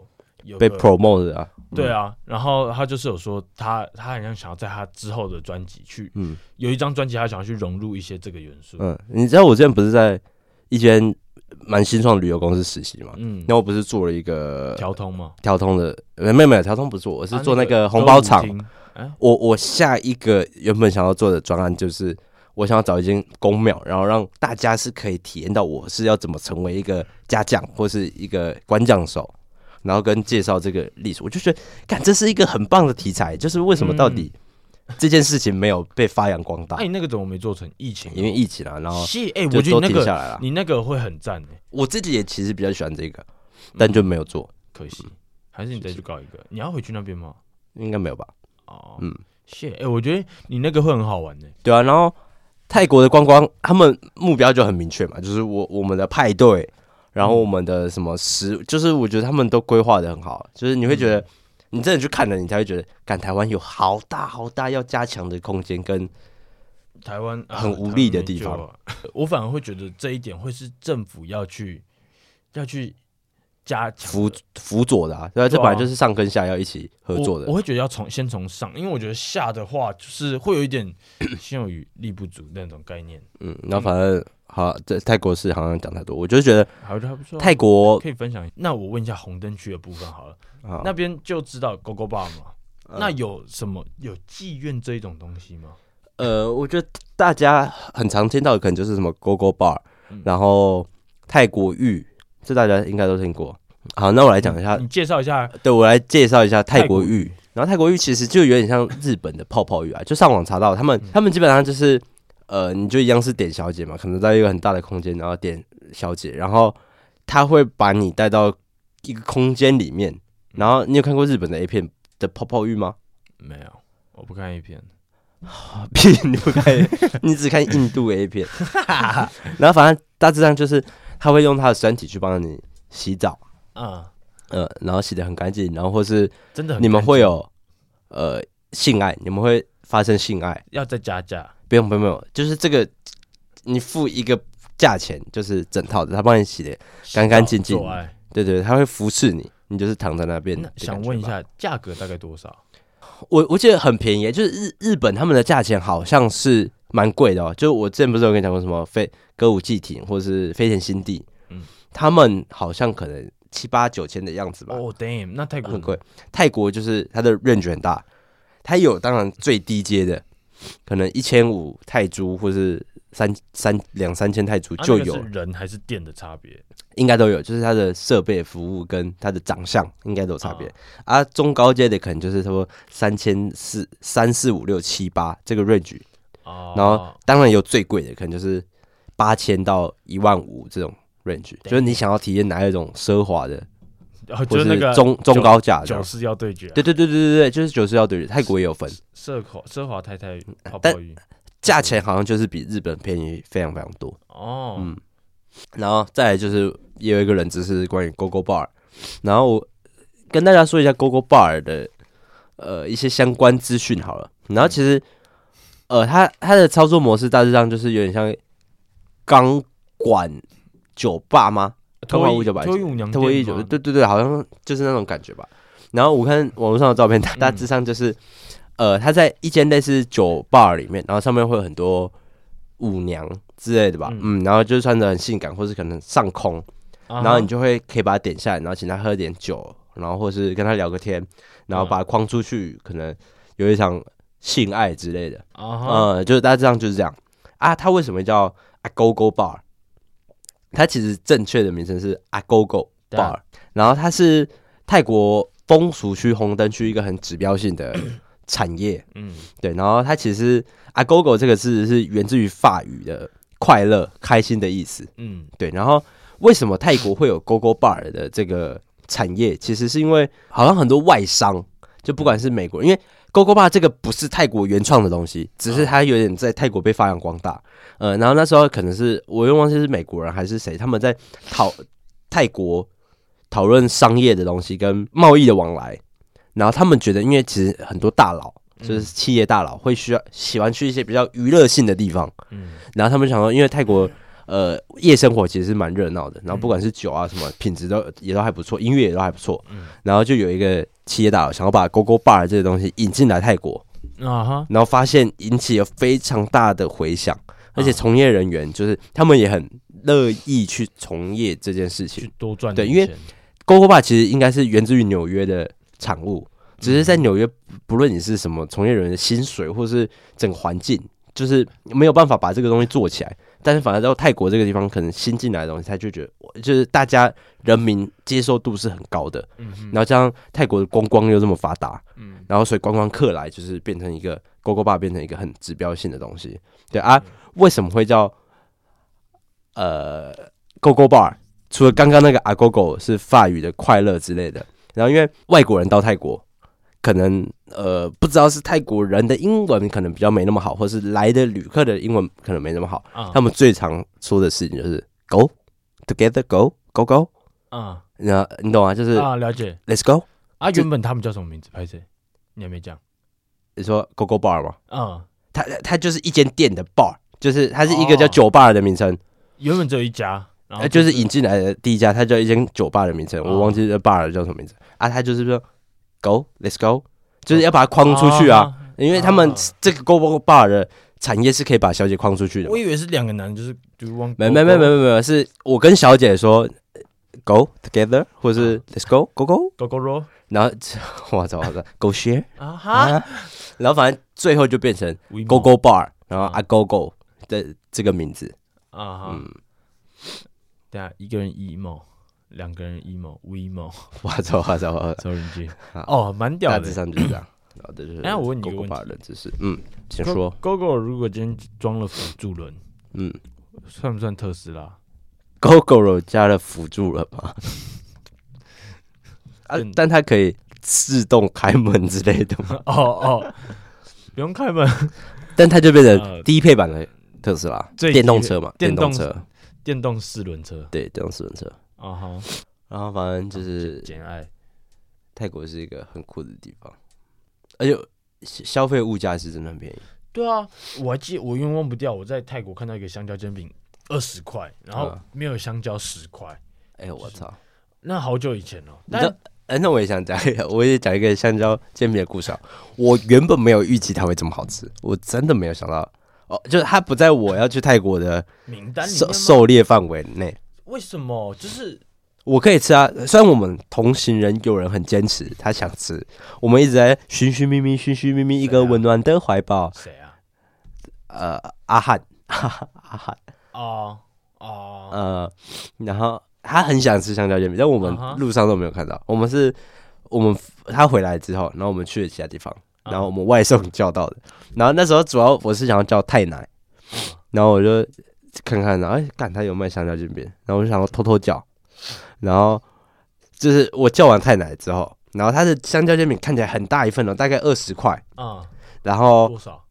有
被
个
promote 的啊，
对啊，然后他就是有说他他好像想要在他之后的专辑去，
嗯
有一张专辑他想要去融入一些这个元素，
嗯，你知道我之前不是在一间蛮新创的旅游公司实习嘛？
嗯，
那我不是做了一个
调通嘛，
调通的，呃没有没有调通不是做，我是
啊
做那个红包厂
歌舞。厅
我我下一个原本想要做的专案就是，我想要找一间公庙，然后让大家是可以体验到我是要怎么成为一个家将或是一个官将手，然后跟介绍这个历史。我就觉得，看这是一个很棒的题材，就是为什么到底这件事情没有被发扬光大
嗯哎、？你那个怎么没做成？疫情
因为疫情啊，然后
戏，哎、
就
我觉
都
得你那
停
个
下来了。
你那个会很赞哎、
我自己也其实比较喜欢这个，但就没有做，
可惜，
嗯
还是你再去搞一个，你要回去那边吗？
应该没有吧？
哦，
嗯
嗯，谢，哎，我觉得你那个会很好玩欸的，
对啊，然后泰国的观光，他们目标就很明确嘛，就是我我们的派对，然后我们的什么食，就是我觉得他们都规划的很好，就是你会觉得、你真的去看了，你才会觉得，赶台湾有好大好大要加强的空间，跟
台湾啊
很无力的
台湾没
地方
救啊我反而会觉得这一点会是政府要去要去加强
辅辅佐的啊，对啊，这
对啊
本来就是上跟下要一起合作
我。
的
我，会觉得要从先从上，因为我觉得下的话就是会有一点 心有余力不足那种概念，
嗯，然后反正好，这泰国事好像讲太多，我就觉得
好的还不错啊。
泰国
可以分享一下，那我问一下红灯区的部分好了，
啊，
那边就知道狗狗爸嘛，
嗯
那有什么有妓院这一种东西吗？
呃，我觉得大家很常听到的可能就是什么 g o g o Bar，、
嗯
然后泰国浴，这大家应该都听过。好，那我来讲一下，
你介绍一下
对我来介绍一下泰国
嗯泰国
浴。然后泰国浴其实就有点像日本的泡泡浴啊，就上网查到他
嗯
们，他们基本上就是呃，你就一样是点小姐嘛，可能在一个很大的空间，然后点小姐，然后他会把你带到一个空间里
嗯
面。然后你有看过日本的 A 片的泡泡浴吗？
没有？我不看 A 片，
屁，你不看，你只看印度 A 片。然后反正大致上就是他会用他的身体去帮你洗澡，
啊，
呃，然后洗得很干净，然后或是
真的很
你们
干
会有呃性爱，你们会发生性爱，
要再加价，
不用不用不用，就是这个你付一个价钱，就是整套的，他帮你洗的，干干净净
做爱。
对对，他会服侍你，你就是躺在那边的
那
感觉吧。
想问一下，价格大概多少？
我我记得很便宜，就是日日本他们的价钱好像是蛮贵的哦。就我之前不是有跟你讲过什么飞歌舞伎町或是飞田新地，
嗯
他们好像可能七八九千的样子吧，
哦、damn，那泰国
很贵。泰国就是它的 range 很大，它有当然最低阶的，可能一千五泰铢或是三三两三千泰铢
啊
就
那个
有了，
是人还是店的差别？
应该都有，就是它的设备服务跟它的长相应该都有差别
啊。
啊，中高阶的可能就是差不多三千四、三四五六七八这个 range，
哦，
然后当然有最贵的，可能就是八千到一万五这种 range，
对
就是你想要体验哪一种奢华的，
然后就
或
是是那个
中中高价这
九
样。
四要对决啊、
对对对对对对，就是九十要对，泰国也有分，
奢华奢华太太泡
嗯但
泡浴
价钱好像就是比日本便宜非常非常多。
哦，
嗯然后再来就是也有一个人知识是关于 GoGo Bar，然后我跟大家说一下 GoGo Bar 的呃一些相关资讯好了。然后其实呃它它的操作模式大致上就是有点像钢管酒吧吗？
脱
高
衣
五九百
脱衣舞娘
特威一
店
酒，
吗
对对对，好像就是那种感觉吧。然后我看网络上的照片，大
嗯
大致上就是，呃，他在一间类似酒吧里面，然后上面会有很多舞娘之类的吧，嗯
嗯
然后就是穿的很性感，或是可能上空，
啊哈
然后你就会可以把它点下来，然后请他喝点酒，然后或是跟他聊个天，然后把他框出去，可能有一场性爱之类的，
啊哈
嗯，就是大致上就是这样啊。它为什么叫阿勾勾 bar？它其实正确的名称是阿勾勾
对啊
bar，然后它是泰国风俗区红灯区一个很指标性 的产业。
嗯
对，然后它其实阿勾勾这个字是源自于法语的快乐、开心的意思。
嗯
对，然后为什么泰国会有 GoGo Bar 的这个产业？其实是因为好像很多外商，就不管是美国，因为 GoGo Bar 这个不是泰国原创的东西，只是它有点在泰国被发扬光大。呃，然后那时候可能是我又忘记是美国人还是谁，他们在讨泰国讨论商业的东西跟贸易的往来，然后他们觉得，因为其实很多大佬就是企业大佬会需要喜欢去一些比较娱乐性的地方，
嗯
然后他们想说，因为泰国呃夜生活其实是蛮热闹的，然后不管是酒啊什么品质都也都还不错，音乐也都还不错，然后就有一个企业大佬想要把 GoGo Bar 这些东西引进来泰国，
啊哈，
然后发现引起了非常大的回响，而且从业人员就是他们也很乐意去从业这件事情
去。多赚
对
点
因为
钱
GoGo Bar 其实应该是源自于纽约的产物，只是在纽约，不论你是什么从业人员的薪水或是整个环境，就是没有办法把这个东西做起来。但是反而到泰国这个地方，可能新进来的东西，他就觉得我就是大家人民接受度是很高的，
嗯
然后加上泰国的观光又这么发达，然后所以观光客来就是变成一个 GoGo Bar 变成一个很指标性的东西。对啊，为什么会叫呃 GoGo Bar？除了刚刚那个阿 g 狗是法语的快乐之类的，然后因为外国人到泰国，可能呃不知道是泰国人的英文可能比较没那么好，或是来的旅客的英文可能没那么好，
啊
他们最常说的事情就是 “go together go go go”，
啊
然后你懂吗？就是
啊，了解
“let's go”，
啊。
这
原本他们叫什么名字？拍谁？你还没讲
你说 “go go bar” 吗？
啊。
它它就是一间店的 bar，就是它是一个叫
哦
酒吧的名称，
原本只有一家，然后
呃，就是引进来的第一家，它叫一间酒吧的名称，
哦
我忘记这 bar 叫什么名字啊。它就是说，Go Let's Go，就是要把它框出去啊，，因为他们
哦
这个 Go Go Bar 的产业是可以把小姐框出去的嘛
我。以为是两个男的，就是就是汪
没没没没没没，是我跟小姐说呃，Go together，或是
啊
Let's Go Go Go，
狗狗肉
然后我操我操 ，Go share，
啊哈，
然后反正最后就变成
We
Go
more
Go Bar，然后
哦
啊 Go Go 的这个名字，
啊哈
嗯。
等下一个人 emo，两个人 emo，we emo，sorry
我操我操我操。
G
好
哦，蛮屌
大致
的。
上就是这样。好的，就是
哎我问你一个问
Google
题
版的知识，嗯，请说，
狗狗如果今天装了辅助轮，
嗯
算不算特斯 拉？
，Google 加了辅助了 吗？啊
嗯，
但它可以自动开门之类的吗？
哦哦，不用开门，
但它就变
呃
成低配版的特斯拉，
最
电动车嘛，
低配
电动
电
车，
电动四轮车
对，电动四轮车。
啊哈，
然后反正就是
简爱
泰国是一个很酷的地方，而且消消费物价是真的很便宜。
对啊，我还记得我永远忘不掉，我在泰国看到一个香蕉煎饼二十块，然后
啊
没有香蕉十块，
哎呦，我操！
那好久以前哦。
你知道
但，
哎，那我也想讲一个，我也讲一个香蕉煎饼的故事啊。我原本没有预计它会这么好吃，我真的没有想到。哦，就是它不在我要去泰国的
名单里面
狩
吗
狩猎范围内，
为什么就是
我可以吃啊。虽然我们同行人有人很坚持，他想吃，我们一直在寻寻觅觅，寻寻觅觅一
啊
个温暖的怀抱。
谁啊？
呃，阿汉，阿汉，
哦哦，
呃，然后他很想吃香蕉煎饼，但我们
啊哈
路上都没有看到。我们是，我们他回来之后，然后我们去了其他地方，
啊
然后我们外送叫到的。然后那时候主要我是想要叫太奶，
嗯
然后我就看看，然后哎，看他有卖香蕉煎饼，然后我就想要偷偷叫，然后就是我叫完太奶之后，然后他的香蕉煎饼看起来很大一份哦，大概二十块，
啊，
然后
多少？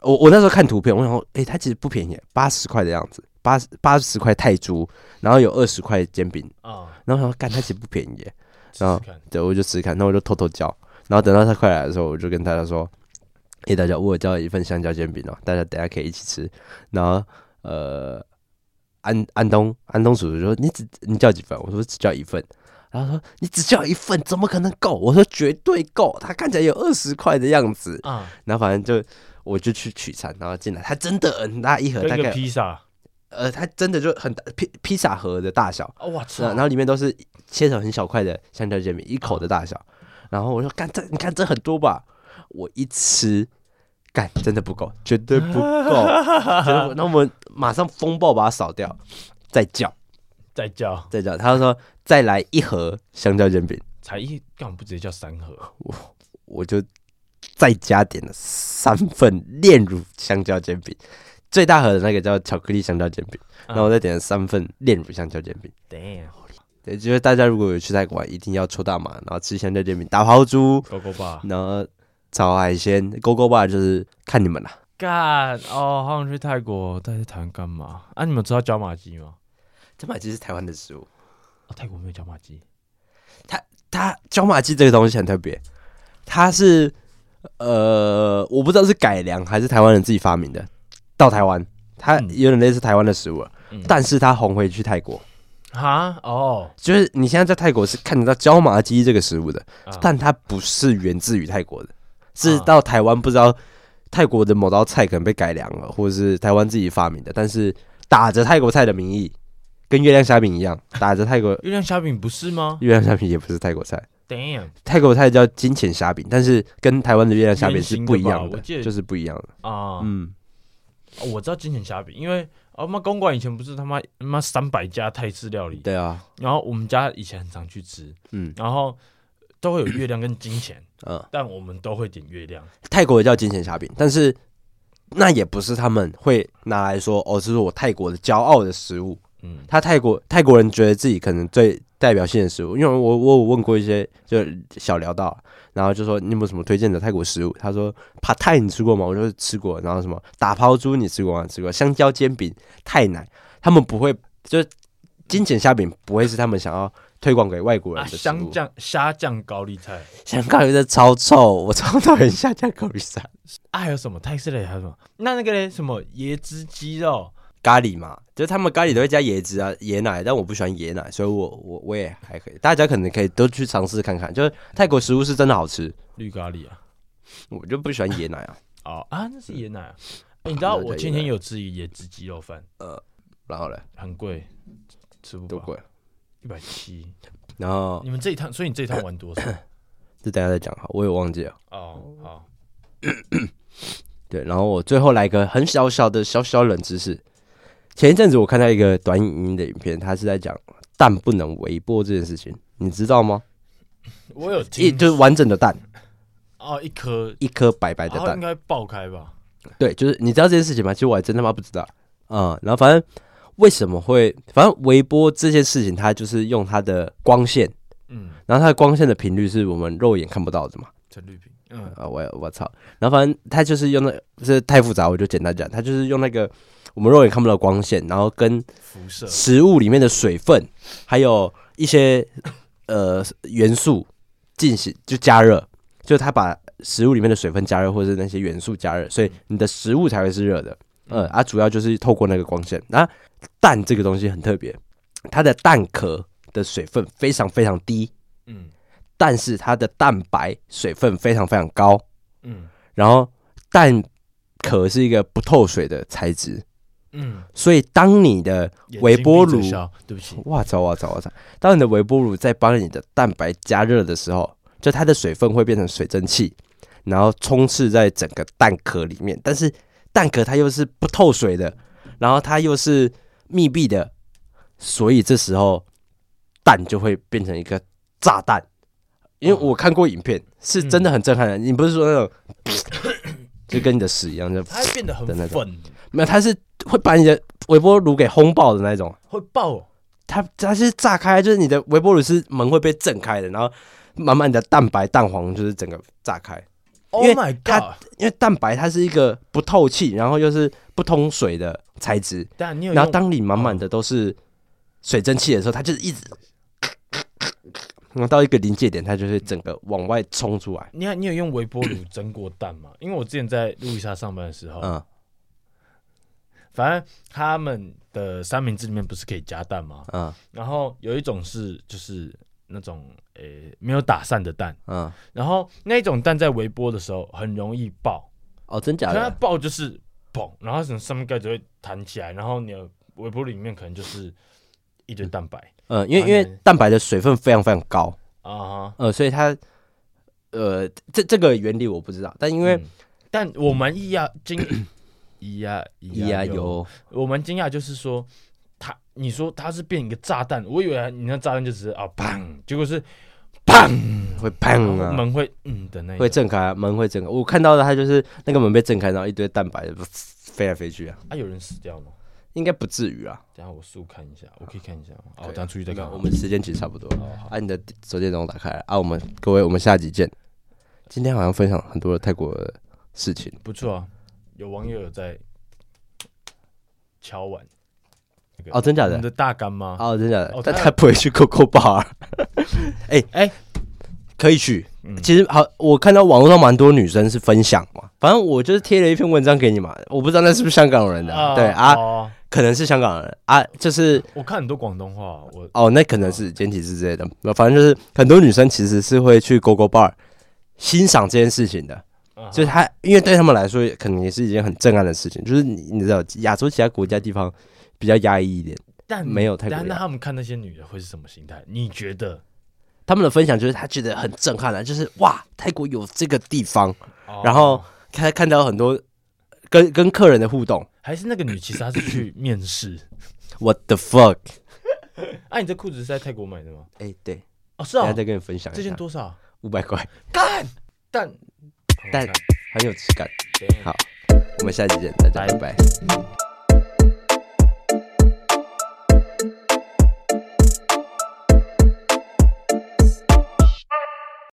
我我那时候看图片，我想说，哎、它其实不便宜，八十块的样子，八八十块泰铢，然后有二十块煎饼，
啊，
然后我想说，干，它其实不便宜耶，
试
然
试
后
看。
对，我就试试看，那我就偷偷叫，然后等到他快来的时候，我就跟大家说，哎、大家，我有叫一份香蕉煎饼哦，大家等下可以一起吃，然后呃，安安东安东叔叔说，你只你叫几份？我说只叫一份。然后说你只叫一份，怎么可能够？我说绝对够，它看起来有二十块的样子。
啊，
然后反正就我就去取餐，然后进来，它真的很大一盒，大
跟一个
概
披萨，啊
呃，它真的就很大披披萨盒的大小，
哦，我
是
操，
啊然后里面都是切成很小块的香蕉煎饼，一口的大小。然后我说：“干这，你看这很多吧？”我一吃，干真的不够，绝 对不够。然后我们马上风暴把它扫掉，再叫
再叫
再叫。他就说：“再来一盒香蕉煎饼。
才一，干嘛不直接叫三盒？”
我就再加点了三份炼乳香蕉煎饼，最大盒的那个叫巧克力香蕉煎饼，然后我再点了三份炼乳香蕉煎饼。
Damn，
对，就是大家如果有去泰国玩，一定要抽大麻，然后吃香蕉煎饼，打抛猪，
狗狗吧，
然后炒海鲜，勾勾吧，就是看你们啦。
干哦，好想去泰国，到底在台湾干嘛？啊，你们知道椒麻鸡吗？
这把其实是台湾的食物，
哦泰国没有椒麻鸡，
它椒麻鸡这个东西很特别，它是呃，我不知道是改良还是台湾人自己发明的，到台湾，它
嗯
有点类似台湾的食物了，
嗯
但是它红回去泰国，
哈哦，
就是你现在在泰国是看得到椒麻鸡这个食物的，
啊
但它不是源自于泰国的，是
啊
到台湾不知道泰国的某道菜可能被改良了，或者是台湾自己发明的，但是打着泰国菜的名义，跟月亮虾饼一样，打着泰国
月亮虾饼不是吗
月亮虾饼也不是泰国菜。
？Damn
泰国菜叫金钱虾饼，但是跟台湾的月亮虾饼是不一
圆
样
形的吧
的，
我记得
就是不一样的。
啊，
嗯，
我知道金钱虾饼，因为啊妈公馆以前不是他妈他妈三百家泰式料理，
对啊，
然后我们家以前很常去吃，
嗯
然后都会有月亮跟金钱，
嗯，
但我们都会点月亮。
泰国也叫金钱虾饼，但是那也不是他们会拿来说哦，这是我泰国的骄傲的食物。
嗯
他泰国泰国人觉得自己可能最代表性的食物，因为我我有问过一些就小聊到，然后就说你有没有什么推荐的泰国食物？他说帕泰你吃过吗？我说吃过，然后什么打抛猪你吃过吗？吃过，香蕉煎饼、泰奶，他们不会就是金钱虾饼不会是他们想要推广给外国人
啊，
的食
香
物。
酱虾酱高丽菜
香港有的超臭，我超讨厌下酱口味沙
啊，还有什么泰式类还有什么？那那个嘞什么椰汁鸡肉
咖喱嘛，就是他们咖喱都会加椰子啊、椰奶，但我不喜欢椰奶，所以我我我也还可以。大家可能可以都去尝试看看，就是泰国食物是真的好吃，
绿咖喱啊？
我就不喜欢椰奶啊。
哦啊，那是椰奶啊。欸你知道
那叫
我今
椰
天
奶
有吃椰汁鸡肉饭，
然后嘞，
很贵，吃不
多
饱，
贵。
一百七。
然后
你们这一趟，所以你这一趟玩多 少？
这等一下再讲好，我也忘记了。
哦，好，
对，然后我最后来一个很小小的小小冷知识。前一阵子我看到一个短影音的影片，它是在讲蛋不能微波这件事情，你知道吗？
我有
一
听，
就是完整的蛋，
哦一颗，
一颗白白的
然后
蛋
应，该爆开吧？
对，就是你知道这件事情吗？其实我还真他妈不知道。嗯，然后反正为什么会，反正微波这件事情，它就是用它的光线，
嗯，
然后它的光线的频率是我们肉眼看不到的嘛。
陈绿萍，嗯
啊，我我操！然后反正它就是用那，这太复杂，我就简单讲，它就是用那个我们肉眼看不到的光线，然后跟
辐射，
食物里面的水分，还有一些呃元素进行就加热，就它把食物里面的水分加热，或者是那些元素加热，所以你的食物才会是热的。呃，
嗯
啊，主要就是透过那个光线。那、蛋这个东西很特别，它的蛋壳的水分非常非常低，
嗯
但是它的蛋白水分非常非常高。
嗯
然后蛋壳是一个不透水的材质，
嗯，
所以当你的微波炉
眼睛闭着笑，对不起，
哇操哇操哇操！当你的微波炉在帮你的蛋白加热的时候，就它的水分会变成水蒸气，然后充斥在整个蛋壳里面。但是蛋壳它又是不透水的，然后它又是密闭的，所以这时候蛋就会变成一个炸弹。因为我看过影片，是真的很震撼的。你不是说那种，就跟你的屎一样，就
它会变得很
的那种
粉，
没有，它是会把你的微波炉给轰爆的那种。
会爆哦，
它它是炸开，就是你的微波炉是门会被震开的，然后慢慢的蛋白蛋黄就是整个炸开，
Oh
因为
my
它
god！
因为蛋白它是一个不透气，然后又是不通水的材质，
但你有
然后
用
当你满满的都是水蒸气的时候，它就是一直，然后到一个临界点，它就是整个往外冲出来，
你有你有用微波炉蒸过蛋 吗？因为我之前在路易莎上班的时候，
嗯
反正他们的三明治里面不是可以加蛋吗？
嗯
然后有一种是就是那种诶、没有打散的蛋，
嗯，
然后那种蛋在微波的时候很容易爆，
哦，真假
可它
的，
爆就是砰，然后它上面盖子会弹起来，然后你的微波炉里面可能就是一堆蛋白
嗯，因为
啊
因为
对
蛋白的水分非常非常高，
啊哈，
呃，所以它。呃，这这个原理我不知道，但因为
嗯但我蛮意讶惊意讶意
咿呀
讶
嗯啊有
我蛮惊讶，就是说他，你说他是变一个炸弹，我以为你那炸弹就只是啊砰，结果是砰，
会砰
然
啊
后，门会嗯的那一
会
种。
震开啊，门会震开。我看到的它就是那个门被震开，然后一堆蛋白飞来飞去啊，
啊，有人死掉吗？
应该不至于啊。
等一下我速看一下，我可以看一下吗？
可以
哦，等一下出去再看。
我们时间其实差不多
哦好，
啊，你的手电筒打开了啊，我们各位，我们下集见。今天好像分享很多的泰国的事情，
不错啊，有网友有在敲碗。那个
哦，真假
我们
的？
的大干妈，
哦，真假的
哦？
但
他
他不会去 Coco Bar。哎
哎，
可以去
嗯。
其实好，我看到网络上蛮多女生是分享嘛，反正我就是贴了一篇文章给你嘛，我不知道那是不是香港人的啊，对啊，
哦
可能是香港人啊，就是
我看很多广东话，我
哦，那可能是简体字之类的，呃反正就是很多女生其实是会去 Coco Bar 欣赏这件事情的，
啊
就是他，因为对他们来说，可能也是一件很震撼的事情，就是你你知道，亚洲其他国家地方比较压抑一点。
但
没有啊泰国
但
人
那他们看那些女的会是什么心态？你觉得？
他们的分享就是他觉得很震撼啊，就是哇，泰国有这个地方，
哦
然后他看到很多跟跟客人的互动
还是那个女，其实她是去面试。
，What the fuck？
哎，你这裤子是在泰国买的吗？
哎、对，
哦，是
等一
啊
下，再跟你分享
这
一
件
下，
多少？
五百块，
干，但
但很有质感。
等一下
好，我们下期见，大家
拜
拜拜